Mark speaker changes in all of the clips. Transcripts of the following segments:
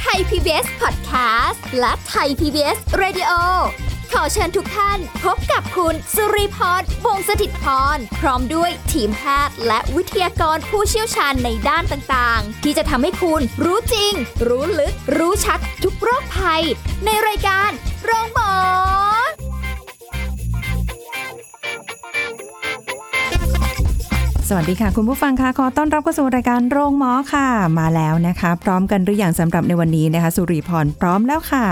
Speaker 1: ไทย PBS Podcast และไทย PBS Radio ขอเชิญทุกท่านพบกับคุณ สุริพรวงศสถิตพร พร้อมด้วยทีมแพทย์และวิทยากรผู้เชี่ยวชาญในด้านต่างๆ ที่จะทำให้คุณรู้จริง รู้ลึก รู้ชัดทุกโรคภัย ในรายการโรงพยาบาล
Speaker 2: สวัสดีค่ะ คุณผู้ฟังค่ะขอต้อนรับเข้าสู่รายการโรงหมอค่ะ มาแล้วนะคะ พร้อมกันหรือยังสำหรับในวันนี้นะคะ สุริพรพร้อมแล้วค่ะ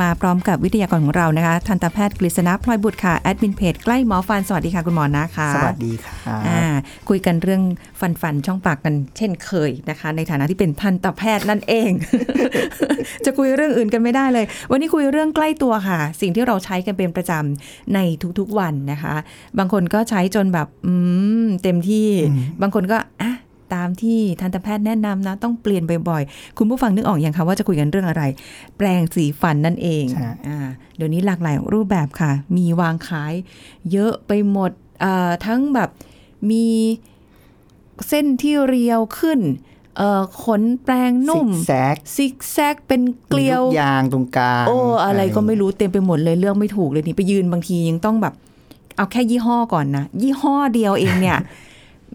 Speaker 2: มาพร้อมกับวิทยากรของเรานะคะ ทันตแพทย์กฤษณะพลอยบุตรค่ะแอดมินเพจใกล้หมอฟันสวัสดีค่ะคุณหมอนะคะ
Speaker 3: สวัสดีค่ะ
Speaker 2: อ่าคุยกันเรื่องฟันฟันๆช่องปากกันเช่นเคยนะคะ ในฐานะที่เป็นทันตแพทย์นั่นเอง จะคุยเรื่องอื่นกันไม่ได้เลย วันนี้คุยเรื่องใกล้ตัวค่ะ สิ่งที่เราใช้กันเป็นประจำในทุกๆวันนะคะ บางคนก็ใช้จนแบบอืมเต็มที่
Speaker 3: อืม
Speaker 2: บางคนก็อ่ะตามที่ทันตแพทย์แนะนำนะ ต้องเปลี่ยนบ่อยๆ คุณผู้ฟังนึกออกอย่างคะว่าจะคุยกันเรื่องอะไร แปรงสีฟันนั่นเอง
Speaker 3: ใช่
Speaker 2: อ่าเดี๋ยวนี้หลากหลายรูปแบบค่ะ มีวางขายเยอะไปหมดอ่าทั้งแบบมีเส้นที่เรียวขึ้นเอ่อขนแปรงนุ่ม
Speaker 3: ซิกแซก
Speaker 2: ซิกแซกเป็นเกลียว
Speaker 3: มีลูยางตรงกลาง
Speaker 2: โอ้ อะไรก็ไม่รู้เต็มไปหมดเลยเรื่องไม่ถูกเลยนี่ไปยืนบางทียังต้องแบบ เอาแค่ยี่ห้อก่อนนะ ยี่ห้อเดียวเองเนี่ย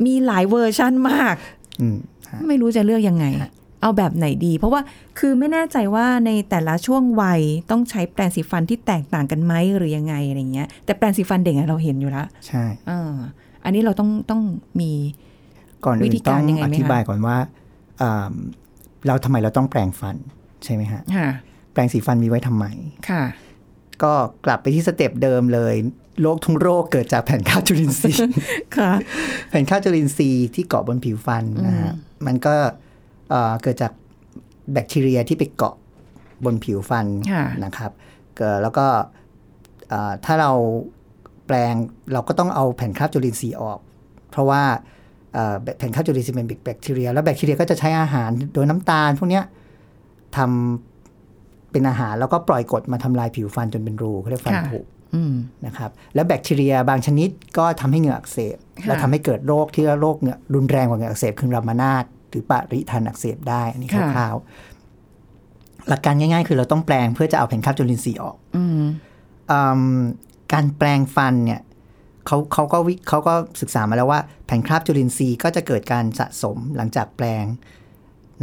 Speaker 2: มีหลายเวอร์ชั่นมาก
Speaker 3: อืมฮะ
Speaker 2: ไม่รู้จะเลือกยังไง
Speaker 3: ฮะ
Speaker 2: เอาแบบไหนดี เพราะว่าคือไม่แน่ใจว่าในแต่ละช่วงวัยต้องใช้แปรงสีฟันที่แตกต่างกันไหมหรือยังไงอะไรเงี้ย แต่แปรงสีฟันเด็กอะเราเห็นอยู่แล้ว
Speaker 3: ใช่
Speaker 2: อ่าอันนี้เราต้องต้องมี
Speaker 3: ก่อน
Speaker 2: วิ
Speaker 3: อื่น
Speaker 2: ธี
Speaker 3: ต้
Speaker 2: กา
Speaker 3: อ
Speaker 2: รง ยังไงไหม
Speaker 3: อ
Speaker 2: คะ
Speaker 3: ธิบายก่อนว่าอ่าเราทำไมเราต้องแปรงฟันใช่ไหมฮะ
Speaker 2: ค่ะ
Speaker 3: แปรงสีฟันมีไว้ทำไม
Speaker 2: ค่ะ
Speaker 3: ก็กลับไปที่สเต็ปเดิมเลยโรคทุกโรคเกิดจากแผ่นข้าวจุลินทรีย์
Speaker 2: ค่ะ
Speaker 3: แผ่นข้าวจุลินทรีย์ที่เกาะบนผิวฟันนะฮะมันก็เอ่อเกิดจากแบคทีเรียที่ไปเกาะบนผิวฟัน
Speaker 2: ค่ะ
Speaker 3: นะครับเกิดแล้วก็เอ่อถ้าเราแปลงเราก็ต้องเอาแผ่นคราบจุลินทรีย์ออก เพราะว่าเอ่อแบแผ่นคราบจุลินทรีย์เป็นแบคทีเรีย แล้วแบคทีเรียก็จะใช้อาหารโดยน้ำตาลพวกเนี้ยทำเป็นอาหารแล้วก็ปล่อยกรดมาทำลายผิวฟันจนเป็นรูเขาเรียกฟัน
Speaker 2: ค่ะ
Speaker 3: ผุ
Speaker 2: อืม
Speaker 3: นะครับและแบคทีเรียบางชนิดก็ทำให้เหงื่ออักเสบ
Speaker 2: ค่ะ
Speaker 3: และทำให้เกิดโรคที่เรียกว่าโรคเหงื่อรุนแรงกว่าเหงื่ออักเสบคือรามานาตหรือปริทันอักเสบได้อันนี้คร่าวๆหลักการง่ายๆ คือเราต้องแปลงเพื่อจะเอาแผ่นคาบจุลินทรีย์ออก
Speaker 2: อืม
Speaker 3: อืมการแปลงฟันเนี่ยเขาเขาก็วิเขาก็ศึกษามาแล้วว่าแผ่นคราบจุลินทรีย์ก็จะเกิดการสะสมหลังจากแปลง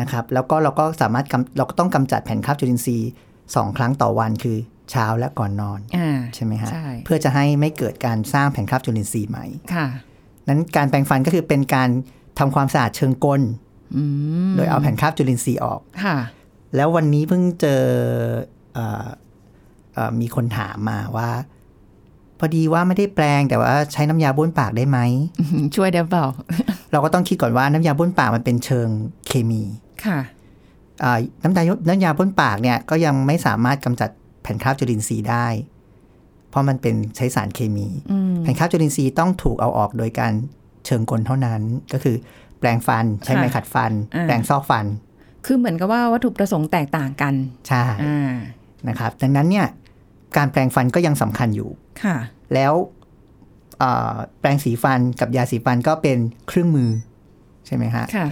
Speaker 3: นะครับแล้วก็เราก็สามารถกำเราก็ต้องกำจัดแผ่นคราบจุลินทรีย์สองครั้งต่อวันคือเช้าและก่อนนอน
Speaker 2: อ่า
Speaker 3: ใช่ไหมฮะ
Speaker 2: ใช่
Speaker 3: เพื่อจะให้ไม่เกิดการสร้างแผ่นคราบจุลินทรีย์ใหม่
Speaker 2: ค่ะ
Speaker 3: นั้นการแปรงฟันก็คือเป็นการทำความสะอาดเชิงกล
Speaker 2: อืม
Speaker 3: โดยเอาแผ่นคราบจุลินทรีย์ออก
Speaker 2: ค่ะ
Speaker 3: แล้ววันนี้เพิ่งเจอเอ่อเอ่อมีคนถามมาว่า พอดีว่าไม่ได้แปรงแต่ว่าใช้น้ำยาบ้วนปากได้ไหม
Speaker 2: ช่วยได้เปล่า
Speaker 3: เราก็ต้องคิดก่อนว่าน้ำยาบ้วนปากมันเป็นเชิงเคมี
Speaker 2: ค่ะ
Speaker 3: อ่าน้ำยาน้ำยาบ้วนปากเนี่ยก็ยังไม่สามารถกำจัดแผ่นคราบจุลินทรีย์ได้ เพราะมันเป็นใช้สารเคมี
Speaker 2: อืม
Speaker 3: แผ่นคราบจุลินทรีย์ต้องถูกเอาออกโดยการเชิงกลเท่านั้น ก็คือแปรงฟันใช้ไม้
Speaker 2: ค่ะ
Speaker 3: ขัดฟัน
Speaker 2: อ่า
Speaker 3: แปรงซอกฟัน
Speaker 2: คือเหมือนกับว่าวัตถุประสงค์แตกต่างกัน
Speaker 3: ใช่
Speaker 2: อ่า
Speaker 3: นะครับ ดังนั้นเนี่ยการแปรงฟันก็ยังสำคัญอยู่
Speaker 2: ค่ะ
Speaker 3: แล้วเอ่อแปรงสีฟันกับยาสีฟันก็เป็นเครื่องมือใช่ไหมฮะ
Speaker 2: ค่ะ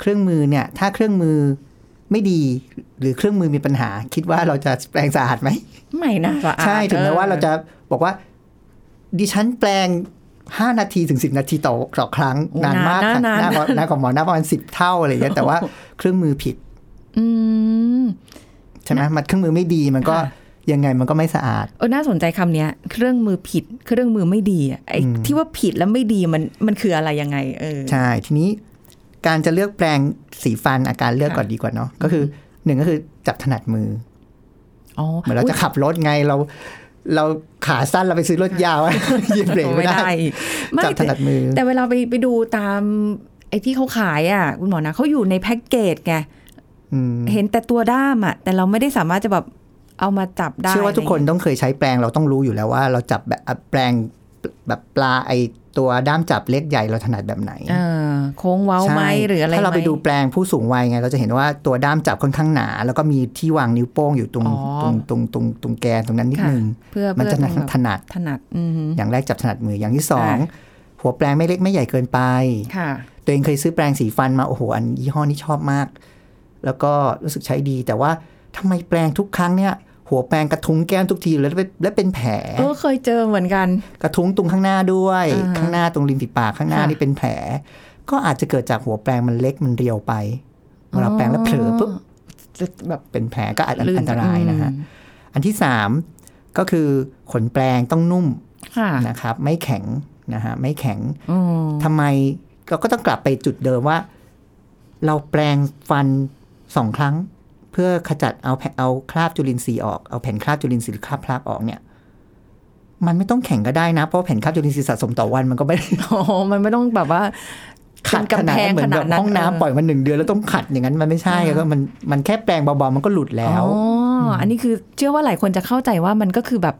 Speaker 3: เครื่องมือเนี่ยถ้าเครื่องมือไม่ดีหรือเครื่องมือมีปัญหา คิดว่าเราจะแปรงสะอาดไหม
Speaker 2: ไม่นะสะอาด
Speaker 3: ใช่ถึงแม้ว่าเรา
Speaker 2: อ
Speaker 3: จะบอกว่า ดิฉันแปลง 5 นาทีถึง 10 นาทีต่อต่อครั้ง นานมากค่ะหน้ากว่านานกว่าหมอหน้าประมาณ10 เท่าอะไร อย่างเงี้ยแต่ว่าเครื่องมือผิด
Speaker 2: อืม
Speaker 3: ใช่ไหมมันเครื่องมือไม่ดีมันก็
Speaker 2: ค่ะ
Speaker 3: ยังไงมันก็ไม่สะอาด
Speaker 2: เออน่าสนใจคำเนี้ย เครื่องมือผิด เครื่องมือไม่ดีอะไอ้
Speaker 3: อืม
Speaker 2: ที่ว่าผิดแล้วไม่ดีมัน มันคืออะไรยังไง เออ
Speaker 3: ใช่ ทีนี้การจะเลือกแปลงสีฟันอาการเลือกก่อนดีกว่าเนาะก็คือหนึ่งก็คือจับถนัดมือ
Speaker 2: อ๋อ
Speaker 3: เหมือนเราจะขับรถไงเรา เราขาสั้นเราไปซื้อรถยาว ยื นเบรก
Speaker 2: อุ๊ย
Speaker 3: ไม่ได้
Speaker 2: อีกไม่
Speaker 3: จับถนัดมือ
Speaker 2: แต่เวลาไปไปดูตาม ไอ้ที่เขาขายอ่ะ คุณหมอนะเขาอยู่ในแพ็กเกจไง
Speaker 3: อืม
Speaker 2: เห็นแต่ตัวด้ามอ่ะ แต่เราไม่ได้สามารถจะแบบเอามาจับได้
Speaker 3: เชื่อว่าทุกคนต้องเคยใช้แปลงเราต้องรู้อยู่แล้วว่า เราจับแบบแปลงแบบปลาไอ ตัวด้ามจับเล็กใหญ่เราถนัดแบบไหน
Speaker 2: เออโค้งเว้าไหม
Speaker 3: ใช่
Speaker 2: หรืออะไรไหม
Speaker 3: ถ้าเราไปดูแปลงผู้สูงวัยไง เราจะเห็นว่าตัวด้ามจับค่อนข้างหนา แล้วก็มีที่วางนิ้วโป้งอยู่ตรง
Speaker 2: อ๋อ
Speaker 3: ตรงตรงตรงตรงแกนตรงนั้นนิด
Speaker 2: ค่ะ
Speaker 3: นึง
Speaker 2: เพื่อ
Speaker 3: มัน
Speaker 2: เพื่อ
Speaker 3: จะ
Speaker 2: ตรงแบบ
Speaker 3: ถนัด
Speaker 2: ถนัดอืม
Speaker 3: อย่างแรกจับถนัดมืออย่างที่สอง
Speaker 2: อ่
Speaker 3: หัวแปลงไม่เล็กไม่ใหญ่เกินไป
Speaker 2: ค่ะ
Speaker 3: ตัวเองเคยซื้อแปรงสีฟันมาโอ้โหอันยี่ห้อนี้ชอบมาก แล้วก็รู้สึกใช้ดี แต่ว่าทำไมแปรงทุกครั้งเนี่ย หัวแปรงกระทุ้งแก้มทุกทีแล้วเป็นและเป็นแผล
Speaker 2: เออเคยเจอเหมือนกัน
Speaker 3: กระทุ้งตรงข้างหน้าด้วย
Speaker 2: อ่าฮะ
Speaker 3: ข้างหน้าตรงริมฝีปากข้างหน้า
Speaker 2: ค่ะ
Speaker 3: นี่เป็นแผล ก็อาจจะเกิดจากหัวแปรงมันเล็กมันเรียวไปเวลาแปรงแล้วเผลอปุ๊บ
Speaker 2: จะแบบ
Speaker 3: เป็นแผลก็อาจจะ
Speaker 2: ลื่น
Speaker 3: อันตรายนะฮะ
Speaker 2: อืม
Speaker 3: อันที่สามก็คือขนแปรงต้องนุ่ม
Speaker 2: ค่ะ
Speaker 3: นะครับ ไม่แข็งนะฮะไม่แข็ง
Speaker 2: อืม
Speaker 3: ทำไมเราก็ต้องกลับไปจุดเดิมว่า เราแปรงฟันสองครั้ง เพื่อขจัดเอาแผเอาคราบจุลินทรีย์ออกเอาแผ่นคราบจุลินทรีย์หรือคราบพลากออกเนี่ย มันไม่ต้องแข็งก็ได้นะ เพราะแผ่นคราบจุลินทรีย์สะสมต่อวันมันก็ไม่ ได้
Speaker 2: โอ้โหมันไม่ต้องแบบว่า
Speaker 3: ขัด
Speaker 2: เป็น
Speaker 3: ขนาด
Speaker 2: กำแพง
Speaker 3: นั้นเหมื
Speaker 2: ข
Speaker 3: อน
Speaker 2: นาด
Speaker 3: แบบ
Speaker 2: นั้น
Speaker 3: ห้องน้ำปล่อยมาหนึ่งเดือนแล้วต้องขัดอย่างนั้นมันไม่ใช่ก็มันมันแค่แปรงเบาๆมันก็หลุดแล้ว
Speaker 2: อ๋อออันนี้คือเชื่อว่าหลายคนจะเข้าใจว่ามันก็คือแบบ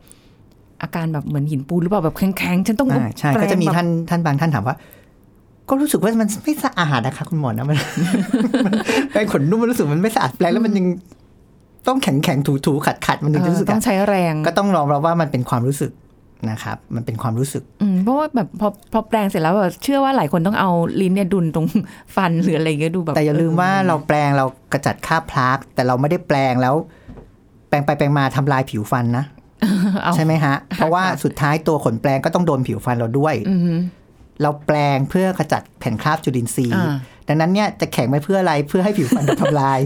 Speaker 2: อาการแบบเหมือนหินปูนหรือเปล่าแบบแข็งๆฉันต้อง
Speaker 3: อ่าใช่ก็จะมี
Speaker 2: แปรงแบบ
Speaker 3: ท่านท่านบางท่านถามว่า ก็รู้สึกว่ามันไม่สะอาดนะคะคุณหมอนะมัน แปรงขนนุ่มมันรู้สึกมันไม่สะอาดแปรงแล้วมันยังต้องแข็งแข็งถูถูขัดขัดมันถึงจะรู้สึก
Speaker 2: เออต้อง
Speaker 3: อะ
Speaker 2: ใช้แรง
Speaker 3: ก็ต้องรองรับว่ามันเป็นความรู้สึกนะครับ มันเป็นความรู้สึก
Speaker 2: อืมเพราะว่าแบบพอพอแปลงเสร็จแล้วแบบเชื่อว่าหลายคนต้องเอาลิ้นเนี่ยดุนตรง ฟันหรืออะไรเงี้ยดูแบบ
Speaker 3: แต่อย่าลืมว่า
Speaker 2: เ
Speaker 3: เราแปรงเรากระจัดคราบพลาก แต่เราไม่ได้แปรงแล้ว แปรงไปแปรงมาทำลายผิวฟันนะ
Speaker 2: เอา
Speaker 3: ใช่ไหมฮะ เพราะว่าสุดท้ายตัวขนแปรงก็ต้องโดนผิวฟันเราด้วย
Speaker 2: อืม
Speaker 3: เราแปลงเพื่อขจัดแผ่นคราบจุลินทรีย์
Speaker 2: อ่า
Speaker 3: ดังนั้นเนี่ยจะแข็งไปเพื่ออะไรเพื่อให้ผิวฟันถูกทำลาย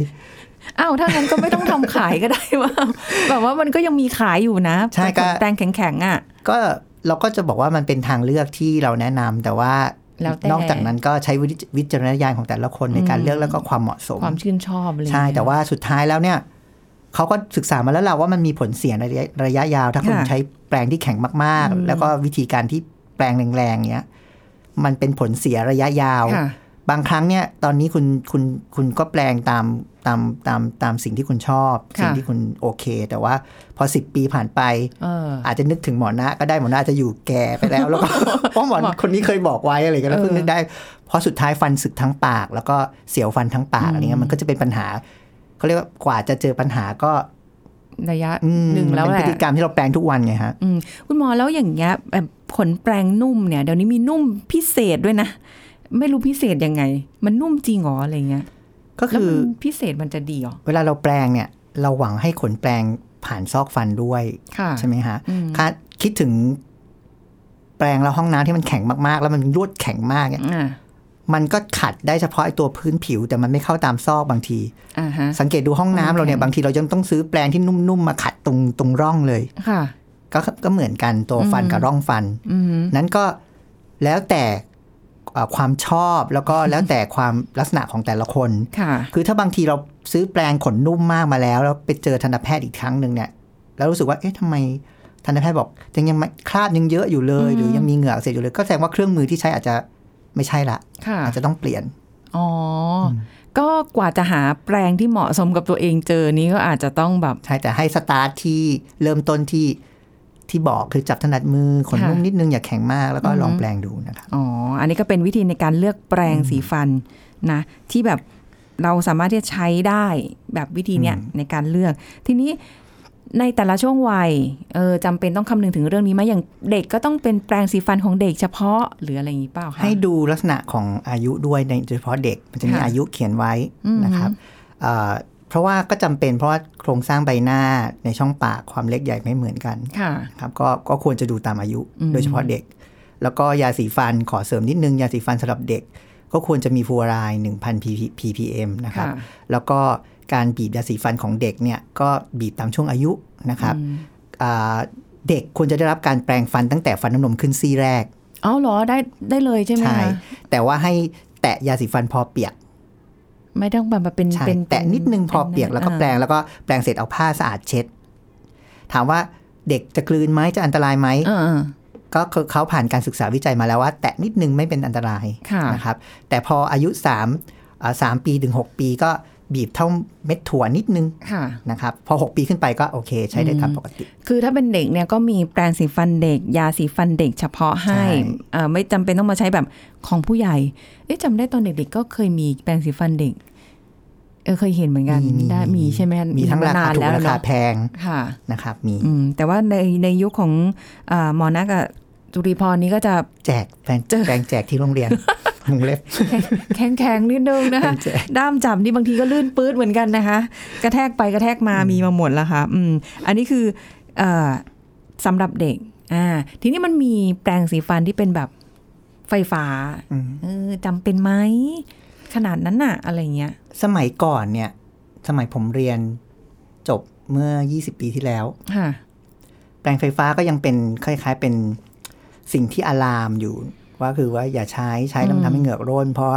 Speaker 2: อ้าวถ้างั้นก็ไม่ต้องทำขายก็ได้ ว่า แบบว่ามันก็ยังมีขายอยู่นะ
Speaker 3: ใช่ก็
Speaker 2: แปลงแข็งๆอ่ะ
Speaker 3: ก็เราก็จะบอกว่ามันเป็นทางเลือกที่เราแนะนำแต่ว่า
Speaker 2: แล้วแต่
Speaker 3: นอกจากนั้นก็ใช้วิจวิจารณญาณของแต่ละคนในการเลือกแล้วก็ความเหมาะสม
Speaker 2: ความชื่นชอบอะไร
Speaker 3: ใช่ แต่ว่าสุดท้ายแล้วเนี่ยเขาก็ศึกษามาแล้วล่ะว่ามันมีผลเสียในระยะระยะยาว ถ้าคุณใช้แปรงที่แข็งมากๆ แล้วก็วิธีการที่แปรงแรงๆเนี้ยมันเป็นผลเสียระยะยาว
Speaker 2: ค่ะ
Speaker 3: บางครั้งเนี่ยตอนนี้คุณคุณคุณก็แปลงตามตามตามตามสิ่งที่คุณชอบ
Speaker 2: ค่ะ
Speaker 3: สิ่งที่คุณโอเค แต่ว่าพอ 10 ปีผ่านไป
Speaker 2: เออ
Speaker 3: อาจจะนึกถึงหมอนะก็ได้หมอนะอาจจะอยู่แก่ไปแล้ว แล้วก็ เพราะหมอคนนี้เคยบอกไว้อะไรกันแล้ว
Speaker 2: เออ
Speaker 3: เพิ่งนึกได้เพราะสุดท้ายฟันสึกทั้งปาก แล้วก็เสียวฟันทั้งปากอะไรเงี้ยมันก็จะเป็นปัญหาเขาเรียกว่ากว่าจะเจอปัญหาก็
Speaker 2: ระยะ
Speaker 3: อืม
Speaker 2: หนึ่งแล้ว
Speaker 3: เป็
Speaker 2: แห
Speaker 3: นพ
Speaker 2: ละ
Speaker 3: ฤติกรรมที่เราแปลงทุกวันไงฮะ
Speaker 2: อืมคุณหมอแล้วอย่างเงี้ยแบบขนแปลงนุ่มเนี่ยเดี๋ยวนี้มีนุ่มพิเศษด้วยนะ ไม่รู้พิเศษยังไง มันนุ่มจริงเหรออะไรเงี้ย
Speaker 3: ก็
Speaker 2: แล้ว
Speaker 3: คือ
Speaker 2: มันพิเศษมันจะดีเหรอ
Speaker 3: เวลาเราแปลงเนี่ย เราหวังให้ขนแปลงผ่านซอกฟันด้วย
Speaker 2: ค่ะ
Speaker 3: ใช่ไหมฮะ
Speaker 2: อืม
Speaker 3: คาดคิดถึงแปลงแล้วห้องน้ำที่มันแข็งมาก ๆ แล้วมันรวดแข็งมากเนี่ย
Speaker 2: อ่า
Speaker 3: มันก็ขัดได้เฉพาะไอ้ตัวพื้นผิว แต่มันไม่เข้าตามซอกบางที
Speaker 2: อ่าฮะ
Speaker 3: สังเกตดูห้องน้ำเราเนี่ย
Speaker 2: อืม
Speaker 3: บางทีเรายังต้องซื้อแปรงที่นุ่มๆมาขัดตรงตรงร่องเลย
Speaker 2: ค่ะ
Speaker 3: ก็ก็เหมือนกันตัวฟันกับร่องฟัน
Speaker 2: อืม
Speaker 3: นั้นก็แล้วแต่เอ่อความชอบแล้วก็แล้วแต่ความลักษณะของแต่ละคน
Speaker 2: ค่ะ
Speaker 3: คือถ้าบางทีเราซื้อแปรงขนนุ่มมากมาแล้ว แล้วไปเจอทันตแพทย์อีกครั้งหนึ่งเนี่ย แล้วรู้สึกว่าเอ๊ะทำไมทันตแพทย์บอกยังยังไม่คราบยังเยอะอยู่เลย หรือยังมีเหงือกเสียอยู่เลยก็แสดงว่าเครื่องมือที่ใช้อาจจะไม่ใช่ละ
Speaker 2: ค่ะ
Speaker 3: อาจจะต้องเปลี่ยน
Speaker 2: อ๋ออก็กว่าจะหาแปลงที่เหมาะสมกับตัวเองเจอนี้ก็อาจจะต้องแบบ
Speaker 3: ใช่แต่ให้สตาร์ทที่เริ่มต้นที่ที่บอกคือจับถนัดมือขน
Speaker 2: ค่ะ
Speaker 3: นุ่มนิดนึงอย่าแข็งมากแล้วก็
Speaker 2: อือฮึ
Speaker 3: ลองแปลงดูนะครับ
Speaker 2: อ๋อ อันนี้ก็เป็นวิธีในการเลือกแปรงสีฟันนะ ที่แบบเราสามารถที่จะใช้ได้แบบวิธีเนี้ยในการเลือก ทีนี้ในแต่ละช่วงวัยเออจำเป็นต้องคำนึงถึงเรื่องนี้ไหมอย่างเด็กก็ต้องเป็นแปรงสีฟันของเด็กเฉพาะหรืออะไรอย่างนี้เปล่าคะ
Speaker 3: ให้ดูลักษณะของอายุด้วยในโดยเฉพาะเด็กมันจะมี
Speaker 2: ค่ะ
Speaker 3: อายุเขียนไว้
Speaker 2: อืม
Speaker 3: นะครับเอ่อเพราะว่าก็จำเป็นเพราะว่าโครงสร้างใบหน้าในช่องปากความเล็กใหญ่ไม่เหมือนกัน
Speaker 2: ค่ะ
Speaker 3: นะครับก็ก็ควรจะดูตามอายุ
Speaker 2: อืม
Speaker 3: โดยเฉพาะเด็ก แล้วก็ยาสีฟันขอเสริมนิดนึงยาสีฟันสำหรับเด็ก ก็ควรจะมีฟลูออไรด์1,000 ppm นะครับ
Speaker 2: ค่ะ
Speaker 3: แล้วก็การบีบยาสีฟันของเด็กเนี่ยก็บีบตามช่วงอายุนะครับ
Speaker 2: อืม
Speaker 3: อ่าเด็กควรจะได้รับการแปรงฟันตั้งแต่ฟันน้ำนมขึ้นซี่แรก
Speaker 2: อ๋อเหรอได้ได้เลยใช่ไหมคะ
Speaker 3: แต่ว่าให้แตะยาสีฟันพอเปียก
Speaker 2: ไม่ต้องแบบมาเป็น
Speaker 3: ใช่
Speaker 2: เป็น
Speaker 3: แตะนิดนึงพอเปียกแล้วก็แปรงแล้วก็แปรงเสร็จเอาผ้าสะอาดเช็ด ถามว่าเด็กจะกลืนไหมจะอันตรายไหม
Speaker 2: อ่า
Speaker 3: ก็คือเขาผ่านการศึกษาวิจัยมาแล้วว่า แตะนิดนึงไม่เป็นอันตราย
Speaker 2: ค่ะ
Speaker 3: นะครับแต่พออายุ3ามปีถึง6ปีก็ บีบเท่าเม็ดถั่วนิดนึง
Speaker 2: ค่ะ
Speaker 3: นะครับพอ 6 ปีขึ้นไปก็โอเค ใช้ได้ตามปกติ
Speaker 2: คือถ้าเป็นเด็กเนี่ยก็มีแปรงสีฟันเด็ก ยาสีฟันเด็กเฉพาะให้
Speaker 3: ใช่
Speaker 2: เอ่อไม่จำเป็นต้องมาใช้แบบของผู้ใหญ่ เอ๊ะจำได้ตอนเด็กๆก็เคยมีแปรงสีฟันเด็ก เออเคยเห็นเหมือนกันได้มีใช่ไหม
Speaker 3: มีทั้งราคาถูก
Speaker 2: แล้ว
Speaker 3: ราคา
Speaker 2: เนาะ
Speaker 3: แพง
Speaker 2: ค่ะ
Speaker 3: นะครับมี
Speaker 2: อืมแต่ว่าในในยุคของเออหมอนักกับจุรีพรนี้ก็จะ
Speaker 3: แจกแปลงแปลงแจกที่โรงเรียนวงเล็บ
Speaker 2: แข็งแข็งๆนิดนึงนะคะ
Speaker 3: แข็ง
Speaker 2: ด้ามจับนี่บางทีก็ลื่นปื๊ดเหมือนกันนะคะ กระแทกไปกระแทกมามีมาหมดแล้วค่ะอืมอันนี้คือเออสำหรับเด็กอ่าทีนี้มันมีแปรงสีฟันที่เป็นแบบไฟฟ้า
Speaker 3: อืม
Speaker 2: เออจำเป็นไหม ขนาดนั้นน่ะ อะไรเงี้ย
Speaker 3: สมัยก่อนเนี่ย สมัยผมเรียนจบเมื่อ 20 ปีที่แล้ว
Speaker 2: ค่ะ
Speaker 3: แปลงไฟฟ้าก็ยังเป็นคล้ายๆเป็นสิ่งที่อะลามอยู่ ว่าคือว่าอย่าใช้ใช้แล้วมัน
Speaker 2: อืม
Speaker 3: ทำให้เหงือกร่น เพราะ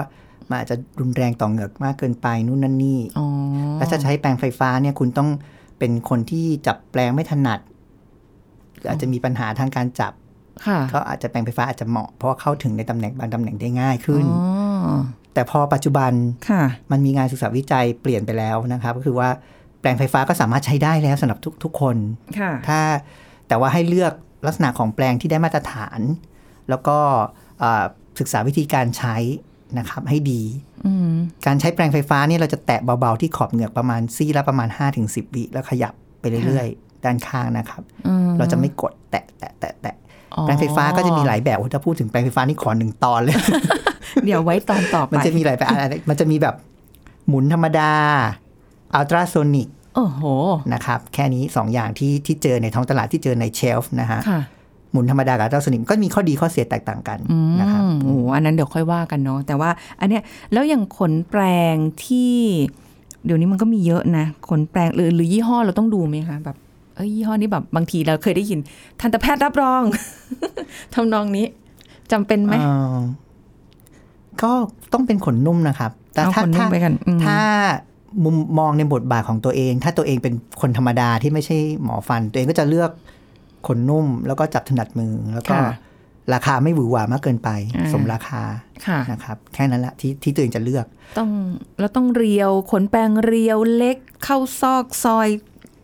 Speaker 3: มันอาจจะรุนแรงต่อเหงือกมากเกินไปนู่นนั่นนี่
Speaker 2: อ๋อ
Speaker 3: แล้วถ้าใช้แปรงไฟฟ้าเนี่ยคุณต้องเป็นคนที่จับแปรงไม่ถนัดหรืออาจจะมีปัญหาทางการจับ
Speaker 2: ค่ะ
Speaker 3: ก็อาจจะแปรงไฟฟ้าอาจจะเหมาะเพราะว่าเข้าถึงในตำแหน่งบางตำแหน่งได้ง่ายขึ้น
Speaker 2: อ๋อ
Speaker 3: แต่พอปัจจุบัน
Speaker 2: ค่ะ
Speaker 3: มันมีงานศึกษาวิจัยเปลี่ยนไปแล้วนะครับ ก็คือว่าแปรงไฟฟ้าก็สามารถใช้ได้แล้วสำหรับทุกทุกๆคน
Speaker 2: ค่ะ
Speaker 3: ถ้าแต่ว่าให้เลือกลักษณะของแปลงที่ได้มาตรฐาน แล้วก็เอ่อศึกษาวิธีการใช้นะครับให้ดี
Speaker 2: อืม
Speaker 3: การใช้แปรงไฟฟ้าเนี่ยเราจะแตะเบา ๆ ที่ขอบเหงือกประมาณซี่ละประมาณ 5-10 วิแล้วขยับไปเรื่อยๆ ด้านข้างนะครับ
Speaker 2: อืม
Speaker 3: เราจะไม่กดแตะแตะแตะแตะ
Speaker 2: อ๋อ
Speaker 3: แปรงไฟฟ้าก็จะมีหลายแบบโอ้ถ้าพูดถึงแปรงไฟฟ้านี่ขอหนึ่งตอนเลย
Speaker 2: เดี๋ยวไว้ตอนต่อไป
Speaker 3: มันจะมีห ลายแบบอะไรมันจะมีแบบหมุนธรรมดาอัลตราโซนิก
Speaker 2: โอ้โห
Speaker 3: นะครับแค่นี้ 2 อย่างที่ที่เจอในท้องตลาดที่เจอในเชลฟ์นะฮะ
Speaker 2: ค่ะ
Speaker 3: หมุนธรรมดากับอัลตราโซนิกก็มีข้อดีข้อเสียแตกต่างกัน
Speaker 2: อืม
Speaker 3: นะครับ
Speaker 2: โอ้อันนั้นเดี๋ยวค่อยว่ากันเนาะแต่ว่าอันเนี้ยแล้วอย่างขนแปรงที่ เดี๋ยวนี้มันก็มีเยอะนะขนแปรงหรือหรือยี่ห้อเราต้องดูไหมคะแบบเอ้ยยี่ห้อนี้แบบบางทีเราเคยได้ยิน ทันตแพทย์รับรอง ทำนองนี้จำเป็นไหม
Speaker 3: เอ่อก็ต้องเป็นขนนุ่มนะครับ แต่
Speaker 2: เอา
Speaker 3: ถ้า
Speaker 2: ขนนุ่ม
Speaker 3: ถ้า
Speaker 2: ไปกันอืม
Speaker 3: ถ้ามุมมองในบทบาทของตัวเอง ถ้าตัวเองเป็นคนธรรมดาที่ไม่ใช่หมอฟัน ตัวเองก็จะเลือกขนนุ่ม แล้วก็จับถนัดมือ แล้วก็
Speaker 2: ค่ะ
Speaker 3: ราคาไม่หวือหวามากเกินไป
Speaker 2: อ่า
Speaker 3: สมราคา
Speaker 2: ค่ะ
Speaker 3: นะครับ แค่นั้นละที่ที่ตัวเองจะเลือก
Speaker 2: ต้องเราต้องเรียวขนแปรงเรียวเล็กเข้าซอกซอย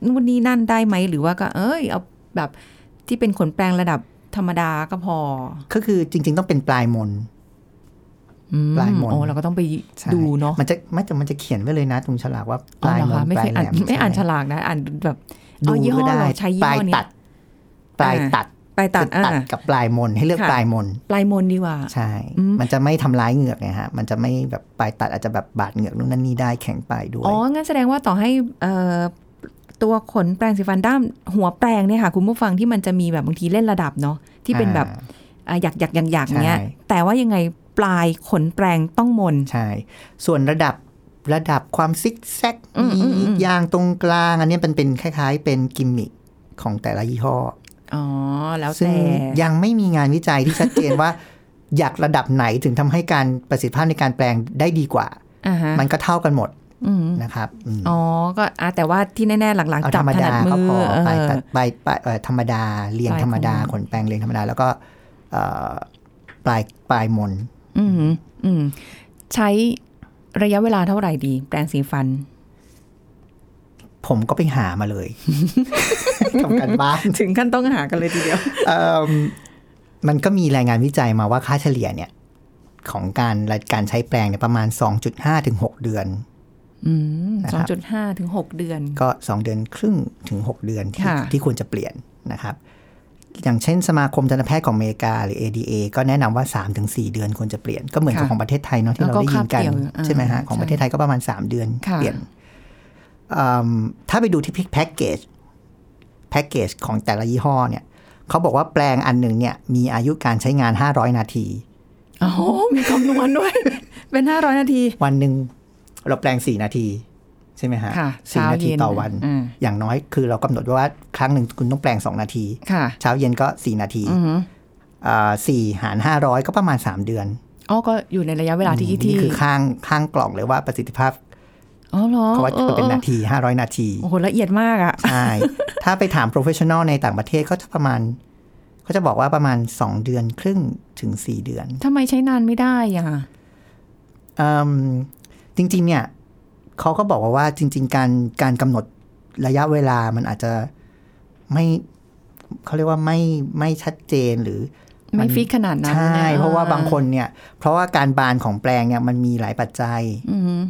Speaker 2: นู่นนี่นั่นได้ไหมหรือว่าก็ เอ้ย เอาแบบที่เป็นขนแปรงระดับธรรมดาก็พอ
Speaker 3: ก็คือจริง ๆ ต้องเป็นปลายมน
Speaker 2: อืม
Speaker 3: ปลายมน
Speaker 2: โอ้เราก็ต้องไป
Speaker 3: ใช่
Speaker 2: ดูเนาะ
Speaker 3: มันจะไม่แต่มันจะเขียนไว้เลยนะ ตรงฉลากว่าป
Speaker 2: อ๋อ
Speaker 3: ลาย
Speaker 2: เหรอ
Speaker 3: มน
Speaker 2: คะไม่
Speaker 3: ป
Speaker 2: เค
Speaker 3: ลาย
Speaker 2: ย
Speaker 3: แหล
Speaker 2: อ่าน
Speaker 3: ม
Speaker 2: ไม่อ่านฉ
Speaker 3: ใช่
Speaker 2: ลากนะ อ่านแบบ
Speaker 3: ดู
Speaker 2: เอายี่ห้
Speaker 3: ก็
Speaker 2: อ
Speaker 3: ได้
Speaker 2: เราใช้ยี่
Speaker 3: ปลาย
Speaker 2: ห้อนี้
Speaker 3: ตัด ปลาย
Speaker 2: อ่า
Speaker 3: ตัด
Speaker 2: ปลายตัด
Speaker 3: คือ
Speaker 2: อ่า
Speaker 3: ตัดกับปลายมนให้เลือก
Speaker 2: ค่ะ
Speaker 3: ปลายมน
Speaker 2: ปลายมนดีกว่า
Speaker 3: ใช่
Speaker 2: อืม
Speaker 3: มันจะไม่ทำร้ายเหงือกไงฮะ มันจะไม่แบบปลายตัดอาจจะแบบบาดเหงือกนู่นนั่นนี่ได้แข็งไปด้วย
Speaker 2: อ๋องั้นแสดงว่าต่อให้เอ่อตัวขนแปรงสีฟันด้ามหัวแปรงเนี่ยค่ะ คุณผู้ฟังที่มันจะมีแบบบางทีเล่นระดับเนาะที่เป็นแบบอ่ะหยักหยักหยักหยักเนี้ย
Speaker 3: ใช่
Speaker 2: แต่ว่ายังไงปลายขนแปรงต้องมน
Speaker 3: ใช่ ส่วนระดับระดับความซิกแซก
Speaker 2: อืมอืมอืม
Speaker 3: ยางตรงกลาง อันเนี้ยมันเป็นคล้าย ๆ เป็นกิมมิคของแต่ละยี่ห้อ
Speaker 2: อ๋อแล้ว
Speaker 3: ซึ่ง
Speaker 2: แต่
Speaker 3: ยังไม่มีงานวิจัยที่ชัดเจนว่า อยากระดับไหนถึงทำให้การประสิทธิภาพในการแปลงได้ดีกว่า
Speaker 2: อ่าฮะ
Speaker 3: มันก็เท่ากันหมด
Speaker 2: อืม
Speaker 3: นะครับม
Speaker 2: อ๋อก็อ่ะแต่ว่าที่แน่ๆหลัง
Speaker 3: เอา
Speaker 2: ๆจั
Speaker 3: ธ
Speaker 2: บ
Speaker 3: รรม
Speaker 2: ถ
Speaker 3: ดา
Speaker 2: นัดมื
Speaker 3: ก็
Speaker 2: อ
Speaker 3: พอไป
Speaker 2: เออ
Speaker 3: ตัดไปไปเอ่อธรรมดาเรียง
Speaker 2: ปลาย
Speaker 3: ธรรมดา
Speaker 2: ธรรมดา
Speaker 3: ขนแปรงเรียงธรรมดา แล้วก็เอ่อปลายปลายมน
Speaker 2: อืมอืมใช้ระยะเวลาเท่าไหร่ดี แปรงสีฟัน
Speaker 3: ผมก็ไปหามาเลย ทำกันบ้าน
Speaker 2: ถึงขั้นต้องหากันเลยทีเดียว
Speaker 3: เอิ่มมันก็มีรายงานวิจัยมาว่าค่าเฉลี่ยเนี่ย ของการการใช้แปรงเนี่ยประมาณ 2.5ถึง6เดือน
Speaker 2: อืม
Speaker 3: นะค
Speaker 2: ส
Speaker 3: รั
Speaker 2: อง
Speaker 3: บ
Speaker 2: จุดห้าถึงหกเดือน
Speaker 3: ก็ 2 เดือนครึ่งถึง 6 เดือนที่
Speaker 2: ค่ะ
Speaker 3: ที่ควรจะเปลี่ยนนะครับ อย่างเช่นสมาคมทันตแพทย์ของอเมริกาหรือ ADA ก็แนะนำว่า 3-4 เดือนควรจะเปลี่ยนก็เหมือนกับ
Speaker 2: ค่ะ
Speaker 3: ของประเทศไทยเนาะที่
Speaker 2: แล้ว
Speaker 3: เรา
Speaker 2: ก็
Speaker 3: ได้ยินกั
Speaker 2: คาบ
Speaker 3: น
Speaker 2: เกี่ยวอ่า
Speaker 3: ใช่ไหมฮะ
Speaker 2: ใช่
Speaker 3: ของประเทศไทยก็ประมาณ 3 เดือน
Speaker 2: ค่ะ
Speaker 3: เปลี่ยนอืมถ้าไปดูที่พิกแพ็กเกจแพ็กเกจของแต่ละยี่ห้อเนี่ยเขาบอกว่าแปลงอันหนึ่งเนี่ยมีอายุการใช้งาน 500 นาที
Speaker 2: อ๋อมีคำนวณด้วย เป็นห้าร้อยนาที
Speaker 3: วันหนึ่งเราแปลง 4 นาที ใช่ไหมฮะ
Speaker 2: ค่ะ
Speaker 3: สี่
Speaker 2: เช้า
Speaker 3: นาที
Speaker 2: เย็น
Speaker 3: ต่อวัน
Speaker 2: อ่า
Speaker 3: อย่างน้อยคือเรากำหนดไว้ว่าครั้งหนึ่งคุณต้องแปลง 2 นาที
Speaker 2: ค่ะ
Speaker 3: เช้าเย็นก็ 4 นาที
Speaker 2: อือหือ
Speaker 3: อ่าสี่หาร 500 ก็ประมาณ 3 เดือน
Speaker 2: อ๋อก็อยู่ในระยะเวลาที่
Speaker 3: อืม
Speaker 2: ที่
Speaker 3: นี่คือข้างข้างกล่องเลยว่าประสิทธิภาพ
Speaker 2: อ๋อเหรอ
Speaker 3: เขาว่า
Speaker 2: เออ
Speaker 3: เป็น
Speaker 2: เออ
Speaker 3: นาที 500 นาที
Speaker 2: โอ้โหละเอียดมากอ่ะ
Speaker 3: ใช่ ถ้าไปถาม professional ในต่างประเทศก็จะประมาณเขาจะบอกว่าประมาณ 2 เดือนครึ่งถึง 4 เดือน
Speaker 2: ทำไมใช้นานไม่ได้อ่ะ
Speaker 3: อืมจริง ๆ เนี่ย เขาก็บอกว่าว่าจริง ๆ การการกำหนดระยะเวลามันอาจจะไม่เขาเรียกว่าไม่ไม่ชัดเจนหรือ
Speaker 2: ไม่ฟิกขนาดนั้น
Speaker 3: ใช่
Speaker 2: น
Speaker 3: เพราะว่าบางคนเนี่ย เพราะว่าการบานของแปลงเนี่ยมันมีหลายปัจจัย
Speaker 2: อืม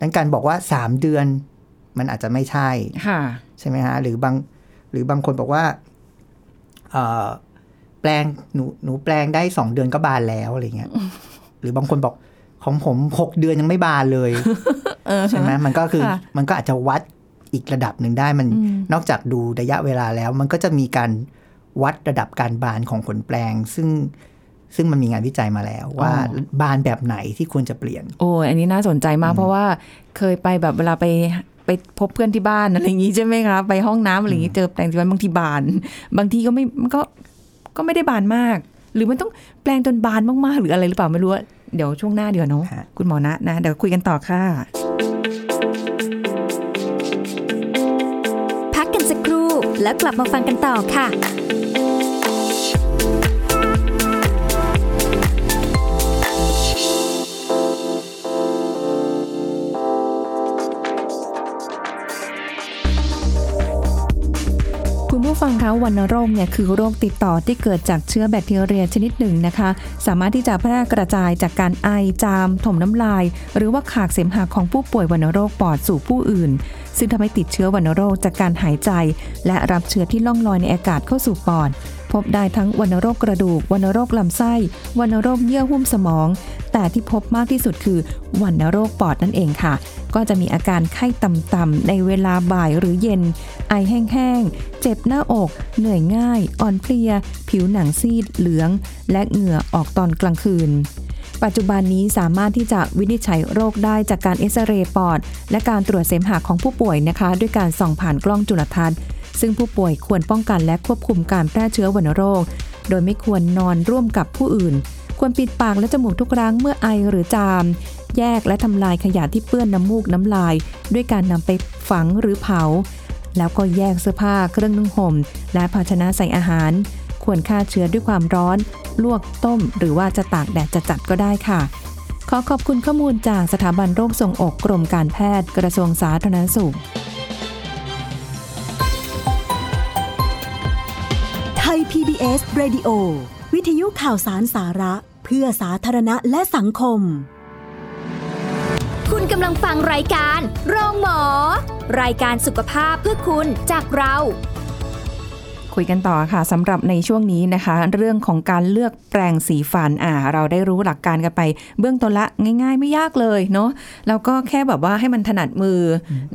Speaker 3: นั้นการบอกว่า 3 เดือนมันอาจจะไม่ใช่
Speaker 2: ค่ะ
Speaker 3: ใช่ไหมฮะหรือบางหรือบางคนบอกว่าเอ่อแปลงหนูหนูแปลงได้สองเดือนก็บานแล้วอะไร เงี้ยหรือบางคนบอกของผมหกเดือนยังไม่บานเลย
Speaker 2: เออ
Speaker 3: ใช่ไหมมันก็คือ
Speaker 2: ค่ะ
Speaker 3: มันก็อาจจะวัดอีกระดับหนึ่งได้มัน
Speaker 2: อืม
Speaker 3: นอกจากดูระยะเวลาแล้ว มันก็จะมีการวัดระดับการบานของผลแปลง ซึ่งซึ่งมันมีงานวิจัยมาแล้ว ว่าบานแบบไหนที่ควรจะเปลี่ยน
Speaker 2: โอ้ยอันนี้น่าสนใจมากเพราะว่าเคยไปแบบเวลาไปไปพบเพื่อนที่บ้านอะไรอย่างนี้ใช่ไหมคะไปห้องน้ำอะไรอย่างนี้เจอแปลงที่บ้านบางทีบาน บางทีก็ไม่มันก็ก็ไม่ได้บานมาก หรือมันต้องแปลงจนบานมากๆ หรืออะไรหรือเปล่าไม่รู้อะเดี๋ยวช่วงหน้าเดี๋ยวเนาะ
Speaker 3: ฮะ
Speaker 2: คุณหมอนะนะ เดี๋ยวคุยกันต่อค่ะ
Speaker 1: พักกันสักครู่แล้วกลับมาฟังกันต่อค่ะ
Speaker 2: คุณผู้ฟังคะวันโรคเนี่ยคือโรคติดต่อที่เกิดจากเชื้อแบคทีเรียชนิดหนึ่งนะคะ สามารถที่จะแพร่กระจายจากการไอจามถมน้ำลาย หรือว่าขากเสมหะของผู้ป่วยวัณโรคปอดสู่ผู้อื่น ซึ่งทำให้ติดเชื้อวัณโรคจากการหายใจ และรับเชื้อที่ล่องลอยในอากาศเข้าสู่ปอด พบได้ทั้งวัณโรคกระดูกวัณโรคลำไส้วัณโรคเยื่อหุ้มสมอง แต่ที่พบมากที่สุดคือวัณโรคปอดนั่นเองค่ะ ก็จะมีอาการไข้ต่ำๆในเวลาบ่ายหรือเย็น ไอแห้งๆ เจ็บหน้าอก เหนื่อยง่าย อ่อนเพลีย ผิวหนังซีดเหลือง และเหงื่อออกตอนกลางคืน ปัจจุบันนี้สามารถที่จะวินิจฉัยโรคได้จากการเอ็กซเรย์ปอด และการตรวจเสมหะของผู้ป่วยนะคะ ด้วยการส่องผ่านกล้องจุลทรรศน์ ซึ่งผู้ป่วยควรป้องกันและควบคุมการแพร่เชื้อวัณโรค โดยไม่ควรนอนร่วมกับผู้อื่น ควรปิดปากและจมูกทุกครั้งเมื่อไอหรือจาม แยกและทำลายขยะที่เปื้อนน้ำมูกน้ำลาย ด้วยการนำไปฝังหรือเผา แล้วก็แยกเสื้อผ้าเครื่องนุ่งห่ม และภาชนะใส่อาหาร ควรฆ่าเชื้อด้วยความร้อน ลวกต้ม หรือว่าจะตากแดดจะจัดก็ได้ค่ะ ขอขอบคุณข้อมูลจากสถาบันโรคทรงอกกรมการแพทย์กระทรวงสาธารณสุข
Speaker 4: ไทย PBS Radio วิทยุข่าวสารสาระ เพื่อสาธารณะและสังคม
Speaker 1: คุณกำลังฟังรายการโรงหมอ รายการสุขภาพเพื่อคุณจากเรา
Speaker 2: คุยกันต่อค่ะสำหรับในช่วงนี้นะคะ เรื่องของการเลือกแปรงสีฟันอ่า เราได้รู้หลักการกันไป เบื้องต้นละง่ายๆ ไม่ยากเลยเนาะแล้วก็แค่แบบว่าให้มันถนัดมือ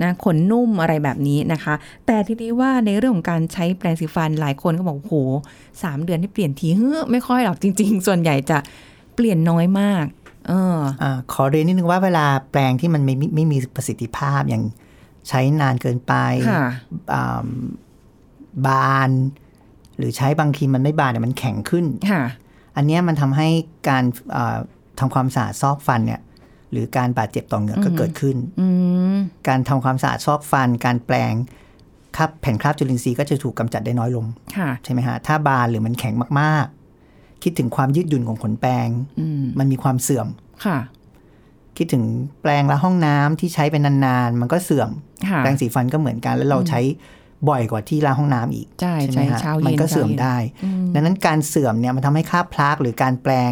Speaker 2: นะขนนุ่มอะไรแบบนี้นะคะ แต่ทีนี้ว่าในเรื่องของการใช้แปรงสีฟันหลายคนก็บอกโอ้โหสามเดือนที่เปลี่ยนทีเฮ้อไม่ค่อยหรอกจริง ๆ ส่วนใหญ่จะเปลี่ยนน้อยมาก เออ
Speaker 3: อาขอเรียนนิดนึงว่าเวลาแปลงที่มันไม่ไม่ไม่มีประสิทธิภาพอย่างใช้นานเกินไป
Speaker 2: ค่ะ
Speaker 3: อ่าบาน หรือใช้บางทีมันไม่บานเนี่ยมันแข็งขึ้น
Speaker 2: ค่ะ
Speaker 3: อันเนี้ยมันทำให้การอ่าทำาความสะอาดซอกฟันเนี่ย หรือการบาดเจ็บต่อเหงือกก็เกิดขึ้น
Speaker 2: อืม
Speaker 3: การทำความสะอาดซอกฟัน การแปลงคราบแผ่นคราบจุลินทรีย์ก็จะถูกกำจัดได้น้อยลง
Speaker 2: ค่ะ
Speaker 3: ใช่ไหมฮะ ถ้าบานหรือมันแข็งมากๆ คิดถึงความยืดหยุ่นของขนแปรง
Speaker 2: อืม
Speaker 3: มันมีความเสื่อม
Speaker 2: ค่ะ
Speaker 3: คิดถึงแปรงละห้องน้ำที่ใช้เป็นนานๆ มันก็เสื่อม
Speaker 2: ค่ะ
Speaker 3: แปรงสีฟันก็เหมือนกัน แล้วเราใช้บ่อยกว่าที่ล้างห้องน้ำอีก
Speaker 2: ใช่
Speaker 3: ไหม
Speaker 2: ใช่
Speaker 3: ฮะ
Speaker 2: เช้าเย็น
Speaker 3: มันก็เสื่อมได้
Speaker 2: อืม
Speaker 3: ดังนั้นการเสื่อมเนี่ยมันทำให้ค่าพลากหรือการแปรง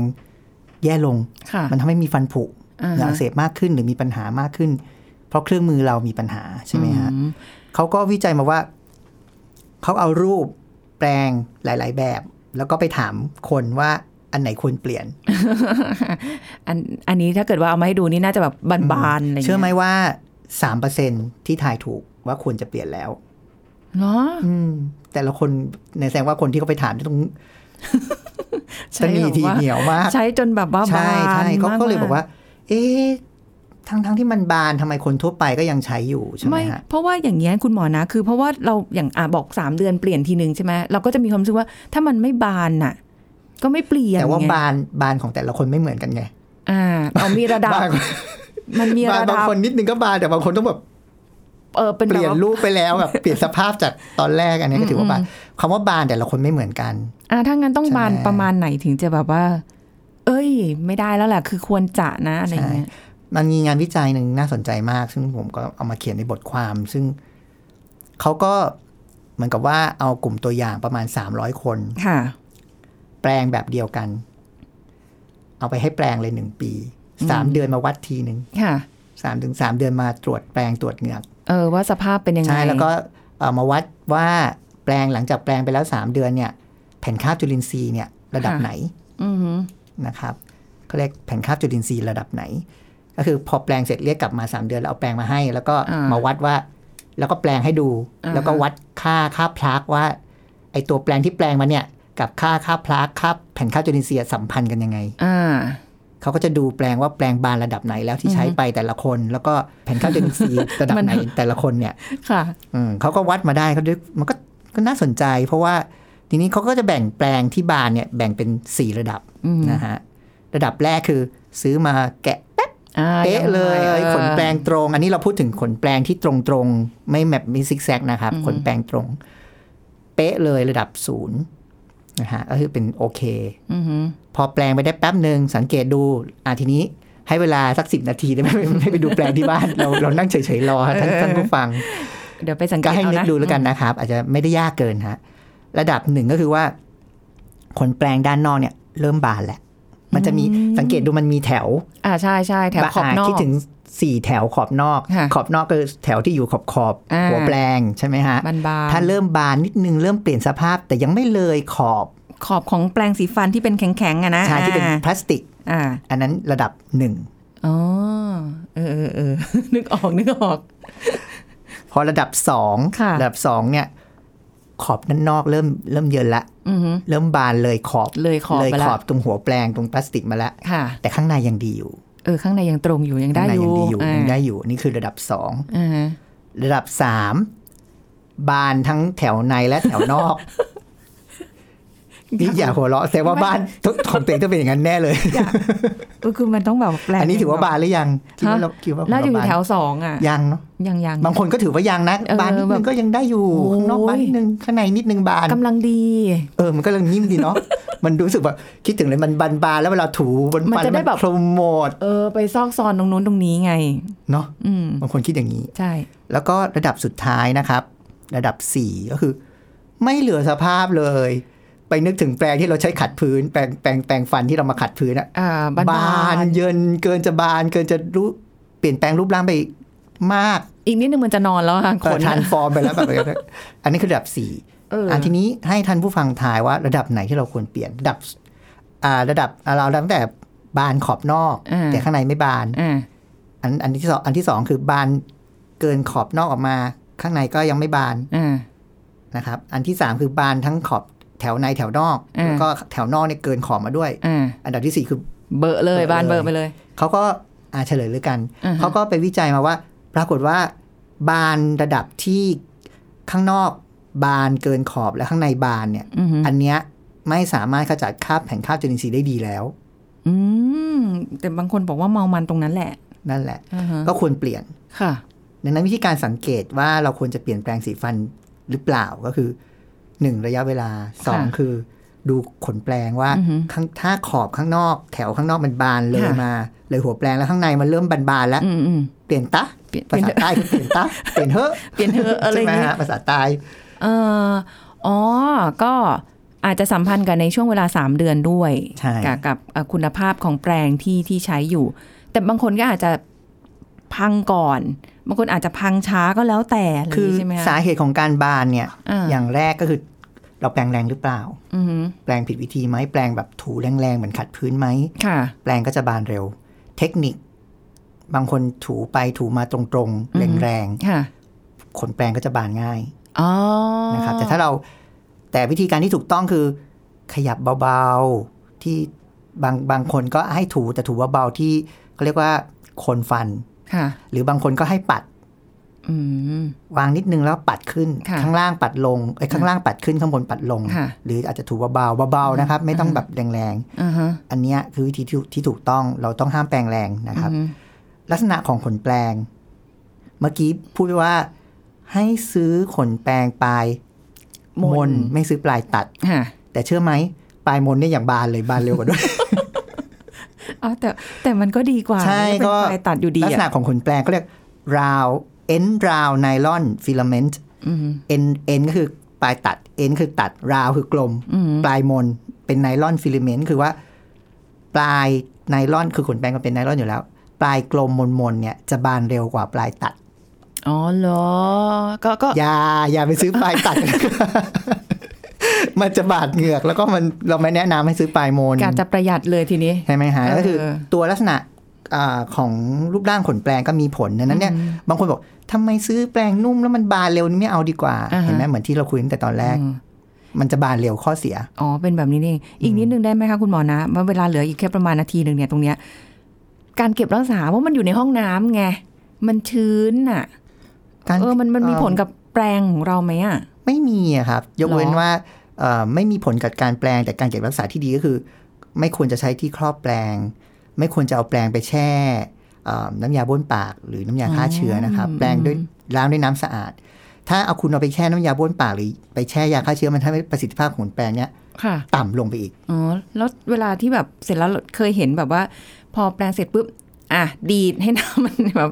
Speaker 3: แย่ลง
Speaker 2: ค่ะ
Speaker 3: มันทำให้มีฟันผุ
Speaker 2: อ่า
Speaker 3: หรือ
Speaker 2: ฮะ
Speaker 3: อักเสบมากขึ้นหรือมีปัญหามากขึ้น เพราะเครื่องมือเรามีปัญหาใช่ไหมฮะ
Speaker 2: อื
Speaker 3: เขาก็วิจัยมาว่า เขาเอารูปแปรงหลาย ๆ แบบ แล้วก็ไปถามคนว่าอันไหนควรเปลี่ยน
Speaker 2: อันอันนี้ถ้าเกิดว่าเอามาให้ดูนี่น่าจะแบบบานๆอะไรย่างเงี้ย
Speaker 3: เชื่อไหมว่าสามเปอร์เซ็นที่ทายถูกว่าควรจะเปลี่ยนแล้ว
Speaker 2: เนาะ
Speaker 3: อืม แต่ละคนในแสดงว่าคนที่เขาไปถามต้องต้องมีที
Speaker 2: แบบว่า
Speaker 3: เหนียวมาก
Speaker 2: ใช้จนแบบว่าบา
Speaker 3: ใช่
Speaker 2: น
Speaker 3: ใช่เขาก็เลย
Speaker 2: ม
Speaker 3: บอกว่า เอ๊ะทั้งทั้งที่มันบานทำไมคนทั่วไปก็ยังใช้อยู่ใช่ไหม
Speaker 2: ไม่
Speaker 3: ฮะ
Speaker 2: เพราะว่าอย่างเงี้ยคุณหมอนะ คือเพราะว่าเราอย่างอ่ะบอกสามเดือนเปลี่ยนทีหนึ่งใช่ไหมเราก็จะมีความรู้สึกว่า ถ้ามันไม่บานน่ะ ก็ไม่เปลี่ยน
Speaker 3: แต่ว่า
Speaker 2: ไง
Speaker 3: บานบานของแต่ละคนไม่เหมือนกันไง
Speaker 2: อ่าเอามีระดับ
Speaker 3: บาน
Speaker 2: มันมี
Speaker 3: บา
Speaker 2: ระ
Speaker 3: นบาง
Speaker 2: ดับ
Speaker 3: คนนิดนึงก็บานแต่บางคนต้องแบบ
Speaker 2: เออเป็น
Speaker 3: เป
Speaker 2: แบบ
Speaker 3: ลี่ยน
Speaker 2: ว่า
Speaker 3: รูปไปแล้วแบบเปลี่ยนสภาพจากตอนแรกอันนี้ก็ถือว่าบานคำว่าบานแต่ละคนไม่เหมือนกัน
Speaker 2: อ่าถ้างั้นต้อง
Speaker 3: ใช่ไหม
Speaker 2: บานประมาณไหนถึงจะแบบว่า เอ้ย ไม่ได้แล้วแหละคือควรจะนะอะไรอย่างเงี้ย
Speaker 3: มันมีงานวิจัยหนึ่งน่าสนใจมาก ซึ่งผมก็เอามาเขียนในบทความ ซึ่งเขาก็เหมือนกับว่าเอากลุ่มตัวอย่างประมาณ 300 คน
Speaker 2: ค่ะ
Speaker 3: แปลงแบบเดียวกัน เอาไปให้แปลงเลยหนึ่งปีสามเดือนมาวัดทีหนึ่ง
Speaker 2: ค่ะ
Speaker 3: สามถึงสามเดือนมาตรวจแปลงตรวจเหงือก
Speaker 2: เออว่าสภาพเป็นยังไง
Speaker 3: ใช่แล้วก็เอามาวัดว่าแปลงหลังจากแปลงไปแล้ว 3 เดือนเนี่ยแผ่นคาบจุลินทรีย์เนี่ยระดับไหน
Speaker 2: อือหือ
Speaker 3: นะครับเขาเรียกแผ่นคาบจุลินทรีย์ระดับไหน ก็คือพอแปลงเสร็จเรียกกลับมา 3 เดือนแล้วเอาแปลงมาให้ แล้วก็มาวัดว่า แล้วก็แปลงให้ดู แล้วก็วัดค่าค่าพลักว่าไอตัวแปลงที่แปลงมาเนี่ยกับค่าค่าพลักค่าแผ่นคาบจุลินทรีย์สัมพันธ์กันยังไง
Speaker 2: อ่า
Speaker 3: เขาก็จะดูแปลงว่าแปลงบานระดับไหนแล้วที่ใช้ไปแต่ละคน แล้วก็แผ่นคาบจุลินทรีย์ระดับไหนแต่ละคนเนี่ย
Speaker 2: ค่ะ
Speaker 3: อืมเขาก็วัดมาได้เขาด้วยมันก็ก็น่าสนใจ เพราะว่าทีนี้เขาก็จะแบ่งแปลงที่บานเนี่ยแบ่งเป็น 4 ระดับ
Speaker 2: อืม
Speaker 3: นะฮะระดับแรกคือซื้อมาแกะแป๊บ
Speaker 2: อ่า
Speaker 3: เป๊ะเลย
Speaker 2: ออ
Speaker 3: ขนแปลงตรง อันนี้เราพูดถึงขนแปลงที่ตรงตรงๆไม่แบบมีซิกแซกนะครับขนแปลงตรง เป๊ะเลยระดับศูนย์นะฮะก็คือเป็นโอเค
Speaker 2: อือหือ
Speaker 3: พอแปลงไปได้แป๊บหนึ่งสังเกตดูอ่ะทีนี้ให้เวลาสักสิบนาทีได้ไหม ไม่ไม่ไปดูแปลงที่บ้านเราเรานั่งเฉยๆรอท่านท่านผู้ฟัง
Speaker 2: เดี๋ยวไปสังเก
Speaker 3: ก็
Speaker 2: ต
Speaker 3: ให้
Speaker 2: เอา
Speaker 3: นึก
Speaker 2: นะ
Speaker 3: ดูแล้วกันนะครับ อาจจะไม่ได้ยากเกินฮะระดับหนึ่งก็คือว่า ขนแปลงด้านนอกเนี่ย เริ่มบานแล้ว มันจะมีสังเกตดูมันมีแถว
Speaker 2: อ่าใช่ใช่แถวขอบนอก
Speaker 3: คิดถึงสี่แถวขอบนอก
Speaker 2: ค่ะ
Speaker 3: ขอบนอกก็คือแถวที่อยู่ขอบขอบๆ
Speaker 2: อ่า
Speaker 3: หัวแปลงใช่ไหมฮะ
Speaker 2: บานบาน
Speaker 3: ถ้าเริ่มบานนิดนึงเริ่มเปลี่ยนสภาพ แต่ยังไม่เลยขอบ
Speaker 2: ขอบของแปลงสีฟันที่เป็นแข็งๆอะนะ
Speaker 3: ชายที่เป็น
Speaker 2: อ่า
Speaker 3: พลาสติก
Speaker 2: อ่า
Speaker 3: อันนั้นระดับหนึ่ง
Speaker 2: อ๋อเออเออเอ อ นึกออกนึกออก
Speaker 3: พอระดับสอง
Speaker 2: ค่ะ
Speaker 3: ระดับสองเนี่ย ขอบด้านนอกเริ่มเริ่มเยินละ
Speaker 2: อือหือ
Speaker 3: เริ่มบานเลยขอบ
Speaker 2: เลยขอบ
Speaker 3: เลย
Speaker 2: ไปละ
Speaker 3: ขอบตรงหัวแปลงตรงพลาสติกมาแล้ว
Speaker 2: ค่ะ
Speaker 3: แต่ข้างในยังดีอยู่
Speaker 2: เออ ข้างในยังตรงอยู่ยังได้
Speaker 3: ข้างใน
Speaker 2: อ
Speaker 3: ยั
Speaker 2: ยู่
Speaker 3: ดีอยู่
Speaker 2: อ่า
Speaker 3: ยังได้อยู่ นี่คือระดับสอง
Speaker 2: อ่า
Speaker 3: ระดับสามบานทั้งแถวในและแถวน อกนี่อย่าหัวเราะแสดงว่า บ้านทุกของเต๋ต้องเป็นอย่างนั้นแน่เลย
Speaker 2: เออคือมันต้องแบบแปลง
Speaker 3: อันนี้ถือว่าบานหรือยังคิดว่า
Speaker 2: ฮะ
Speaker 3: เราคิดว่า
Speaker 2: น่าจะอยู่
Speaker 3: บาน
Speaker 2: แถวสองอ่ะ
Speaker 3: ยังเนาะ
Speaker 2: ยังยัง
Speaker 3: บางคนก็ถือว่ายังนะ
Speaker 2: เออบ
Speaker 3: านนิด
Speaker 2: แบ
Speaker 3: นึ
Speaker 2: บ
Speaker 3: งก็ยังได้อยู่
Speaker 2: โอ้ย
Speaker 3: ข้างนอกบานนิดนึงข้างในนิดนึงบาน
Speaker 2: กำลังดี
Speaker 3: เออมันก็เรื่องนิ่มดีเนาะ มันรู้สึกแบบคิดถึงเลยมันบานบานๆแล้วเวลาถูบน
Speaker 2: มัน
Speaker 3: ฟัน
Speaker 2: จะได้แบบ
Speaker 3: โปรโมท
Speaker 2: เออ ไปซอกซอนตรงนู้นตรงนี้ไง
Speaker 3: เนาะ
Speaker 2: อืม
Speaker 3: บางคนคิดอย่างนี้
Speaker 2: ใช่
Speaker 3: แล้วก็ระดับสุดท้ายนะครับ ระดับ 4 ก็คือ ไม่เหลือสภาพเลย ไปนึกถึงแปรงที่เราใช้ขัดพื้น แปรงแปรงแปรงฟันที่เรามาขัดพื้นอะ
Speaker 2: อ่าบาน
Speaker 3: นเยินเกินจะบาน เกินจะรู้เปลี่ยนแปลงรูปร่างไปมาก
Speaker 2: อีกนิดนึงมันจะนอนแล้วค่ะขน
Speaker 3: ทานฟอร์มไปแล้วแบบ อันนี้คือระดับ4ี่
Speaker 2: เอออ
Speaker 3: อันทีนี้ให้ท่านผู้ฟังทายว่าระดับไหนที่เราควรเปลี่ยนระดับอ่าระดับอ่าเราตั้งแต่บานขอบนอก
Speaker 2: อ่า
Speaker 3: แต่ข้างในไม่บาน
Speaker 2: อ่า
Speaker 3: อันอันที่สองอันที่สองคือบานเกินขอบนอกออกมา ข้างในก็ยังไม่บาน
Speaker 2: อ่า
Speaker 3: นะครับอันที่ 3 คือบานทั้งขอบแถวในแถวนอก
Speaker 2: อ่า
Speaker 3: แล้วก็แถวนอกเนี่ยเกินขอบมาด้วย
Speaker 2: อ่า
Speaker 3: อันดับที่ 4 คือ
Speaker 2: เบอะเลยบานเบอะไปเลย
Speaker 3: เขาก็อาเฉลยเลยกัน
Speaker 2: อ่าฮะ
Speaker 3: เขาก็ไปวิจัยมาว่า ปรากฏว่า บานระดับที่ข้างนอกบานเกินขอบและข้างในบานเนี่ย
Speaker 2: อือหือ
Speaker 3: อันเนี้ยไม่สามารถขจัดคราบแผ่นคราบจุลินทรีย์ได้ดีแล้ว
Speaker 2: อืม แต่บางคนบอกว่าเมามันตรงนั้นแหละ
Speaker 3: นั่นแหละ
Speaker 2: อ่าฮะ
Speaker 3: ก็ควรเปลี่ยน
Speaker 2: ค่ะ
Speaker 3: ดังนั้นวิธีการสังเกตว่าเราควรจะเปลี่ยนแปลงสีฟันหรือเปล่าก็คือหนึ่งระยะเวลาสอง
Speaker 2: ค่ะ
Speaker 3: คือ ดูขนแปลงว่า
Speaker 2: อือหือ
Speaker 3: ข้างถ้าขอบข้างนอก แถวข้างนอกมันบานเลย
Speaker 2: ค่ะ
Speaker 3: มา เลยหัวแปลงแล้วข้างในมันเริ่มบานๆแล้ว
Speaker 2: อืมอืม
Speaker 3: เปลี่ยนตะ
Speaker 2: เปลี่ยน
Speaker 3: ภาษาใต้คือเปลี่ยนตะเปลี่ยนเฮอะ
Speaker 2: เปลี่ยนเถอะอะไรอ
Speaker 3: ใช่
Speaker 2: ย่าง
Speaker 3: ไหม
Speaker 2: งี้
Speaker 3: ฮะภาษาใต้
Speaker 2: เอ่ออ๋อ ก็อาจจะสัมพันธ์กับในช่วงเวลา 3 เดือนด้วย
Speaker 3: ใช่
Speaker 2: กับกับเอ่อคุณภาพของแปรงที่ที่ใช้อยู่ แต่บางคนก็อาจจะพังก่อน บางคนอาจจะพังช้าก็แล้วแต่อะไร
Speaker 3: คือ
Speaker 2: อย่างงี้ใช่ไหม
Speaker 3: สา
Speaker 2: คะ
Speaker 3: เหตุของการบานเนี่ย
Speaker 2: อ่า
Speaker 3: อย่างแรกก็คือเราแปลงแรงหรือเปล่า
Speaker 2: อือหือ
Speaker 3: แปลงผิดวิธีไหมแปลงแบบถูแรงๆเหมือนขัดพื้นไหม
Speaker 2: ค่ะ
Speaker 3: แปลงก็จะบานเร็ว เทคนิค บางคนถูไปถูมาตรง
Speaker 2: อือฮึ
Speaker 3: ๆ แรง
Speaker 2: ค่ะ
Speaker 3: ๆขนแปลงก็จะบานง่าย
Speaker 2: อ๋อ
Speaker 3: นะครับ แต่ถ้าเราแต่วิธีการที่ถูกต้องคือ ขยับเบาๆที่บางบางคนก็ให้ถูแต่ถูเบาๆที่เขาเรียกว่าโคนฟัน
Speaker 2: ค่ะ
Speaker 3: หรือบางคนก็ให้ปัด
Speaker 2: อืม
Speaker 3: วางนิดนึงแล้วปัดขึ้น
Speaker 2: ค่ะ
Speaker 3: ข้างล่างปัดลงเอ้ยข้างล่างปัดขึ้นข้างบนปัดลง
Speaker 2: ค่ะ
Speaker 3: หรืออาจจะถูเบาๆเบาๆนะครับ ไม่ต้องแบบแรง
Speaker 2: อ่าฮะ
Speaker 3: ๆ อันเนี้ยคือวิธีที่ที่ถูกต้องเราต้องห้ามแปลงแรงนะครับ
Speaker 2: อืม
Speaker 3: ลักษณะของขนแปลง เมื่อกี้พูดไปว่า ให้ซื้อขนแปลงปลายมนไม่ซื้อปลายตัด
Speaker 2: ค่ะ
Speaker 3: แต่เชื่อไหมปลายมนเนี่ยอย่างบานเลยบานเร็วกว่าด้วย
Speaker 2: อ๋อแต่แต่มันก็ดีกว่า
Speaker 3: ใช่
Speaker 2: เป็น
Speaker 3: ก็
Speaker 2: ไฟตั ดอยู่ดี
Speaker 3: ลักษณะ
Speaker 2: อะ
Speaker 3: ของขนแปลงก็เรียกราวเอ็นราวไนลอนฟิลาเมนต์
Speaker 2: อืม
Speaker 3: เอ็นเอ็นก็คือปลายตัดเอ็นคือตัดราวคือกลม
Speaker 2: อืม
Speaker 3: ปลายมนเป็นไนลอนฟิลาเมนต์คือว่า ปลายไนลอนคือขนแปลงมันเป็นไนลอนอยู่แล้ว ปลายกลมมนมนๆเนี่ยจะบานเร็วกว่าปลายตัด
Speaker 2: อ๋อเหรอ ก็ก็
Speaker 3: อย่าอย่าไปซื้อปลายตัด มันจะบาดเหงือก แล้วก็มันเราไม่แนะนำให้ซื้อปลายมน
Speaker 2: กาจะประหยัดเลยทีนี้
Speaker 3: ใช่ไหมฮะ
Speaker 2: เออ
Speaker 3: ก็คือตัวลักษณะอาของรูปร่างขนแปลงก็มีผลดังนั้นเนี่ยบางคนบอกทำไมซื้อแปลงนุ่มแล้วมันบานเร็วนี่ไม่เอาดีกว่า
Speaker 2: อ่าฮะ
Speaker 3: เห็นไหมเหมือนที่เราคุยตั้งแต่ตอนแรก
Speaker 2: อืม
Speaker 3: มันจะบานเร็วข้อเสีย
Speaker 2: อ๋อเป็นแบบนี้นี่เองอีกนิดนึงได้ไหมคะคุณหมอนะว่าเวลาเหลืออีกแค่ประมาณนาทีหนึ่งเนี่ยตรงเนี้ยการเก็บรักษาว่ามันอยู่ในห้องน้ำไงมันชื้นอ่ะ
Speaker 3: การ
Speaker 2: เออมันมันมี
Speaker 3: เอ่อ
Speaker 2: ผลกับแปรงของเราไหมอ่ะ
Speaker 3: ไม่มีอะครับ ยกเว้น
Speaker 2: หรอ
Speaker 3: ว่าเอ่อไม่มีผลกับการแปลงแต่การเก็บรักษาที่ดีก็คือ ไม่ควรจะใช้ที่ครอบแปลง ไม่ควรจะเอาแปลงไปแช่เอ่อน้ำยาบ้วนปากหรือน้ำยาฆ่าเชื้อนะครับ แปลงด้วยล้างด้วยน้ำสะอาด ถ้าเอาคุณเอาไปแช่น้ำยาบ้วนปากหรือไปแช่ยาฆ่าเชื้อมันทำให้ประสิทธิภาพของแปลงเนี้ย
Speaker 2: ค่ะ
Speaker 3: ต่ำลงไปอีก
Speaker 2: อ๋อแล้วเวลาที่แบบเสร็จแล้วเคยเห็นแบบว่า พอแปลงเสร็จปุ๊บ อ่ะ ดีดให้น้ำมันแบบ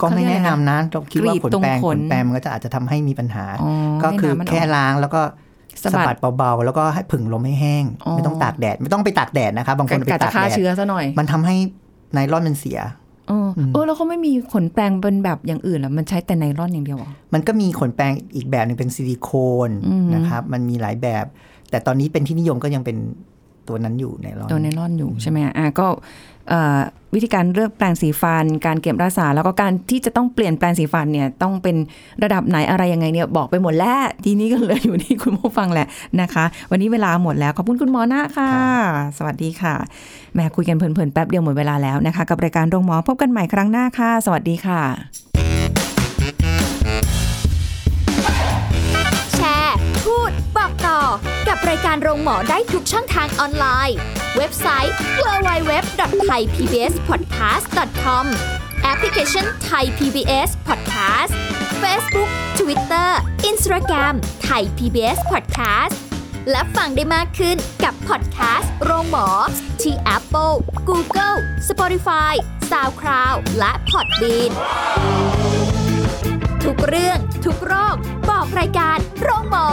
Speaker 3: ก็ไม่แนะนำนะต้องคิดว่าก
Speaker 2: รี
Speaker 3: ข
Speaker 2: ดต
Speaker 3: น
Speaker 2: รง
Speaker 3: แปรง
Speaker 2: ข
Speaker 3: ข
Speaker 2: น
Speaker 3: นแปรงมันก็จะอาจจะทำให้มีปัญหา
Speaker 2: อ๋อ
Speaker 3: ก็
Speaker 2: ให้
Speaker 3: คือ
Speaker 2: น้ำมันก
Speaker 3: แค่ล้างแล้วก็
Speaker 2: สะบัด
Speaker 3: เบาๆแล้วก็ให้ผึ่งลมให้แห้ง
Speaker 2: อ๋อ
Speaker 3: ไม่ต้องตากแดด ไม่ต้องไปตากแดดนะคะบางคนไป
Speaker 2: กะจะ
Speaker 3: ตาก
Speaker 2: ฆ่า
Speaker 3: แดด
Speaker 2: เชื้อซะหน่อย
Speaker 3: มันทำให้ไนลอนมันเสีย
Speaker 2: เออเออแล้วเขาไม่มีขนแปรงเป็นแบบอย่างอื่นเหรอมันใช้แต่ไนลอนอย่างเดียวเหรอ
Speaker 3: มันก็มีขนแปรงอีกแบบหนึ่งเป็นซิลิโคน
Speaker 2: อืม
Speaker 3: นะครับ มันมีหลายแบบ แต่ตอนนี้เป็นที่นิยมก็ยังเป็นตัวนั้นอยู่ไนลอน
Speaker 2: ตัวไนลอนอยู่ใช่ไหมอ่ะก็เอ่อวิธีการเลือกแปรงสีฟัน การเก็บรักษาแล้วก็การที่จะต้องเปลี่ยนแปรงสีฟันเนี่ยต้องเป็นระดับไหนอะไรยังไงเนี่ยบอกไปหมดแล้วทีนี้ก็เหลืออยู่ที่คุณผู้ฟังแหละนะคะ วันนี้เวลาหมดแล้วขอบคุณคุณหมอนาค่ะ สวัสดีค่ะแหม่คุยกันเพลินๆแป๊บเดียวหมดเวลาแล้วนะคะ กับรายการโรงหมอพบกันใหม่ครั้งหน้าค่ะ สวัสดีค่ะ
Speaker 1: แชร์ พูด บอกต่อ กับรายการโรงหมอได้ทุกช่องทางออนไลน์ เว็บไซต์ www.thaipbspodcast.com แอปพลิเคชัน Thai PBS Podcast Facebook Twitter Instagram Thai PBS Podcast และฟังได้มากขึ้นกับพอดแคสต์โรงหมอ ที่ Apple, Google, Spotify, SoundCloud และ Podbean ทุกเรื่องทุกโรค บอกรายการโรงหมอ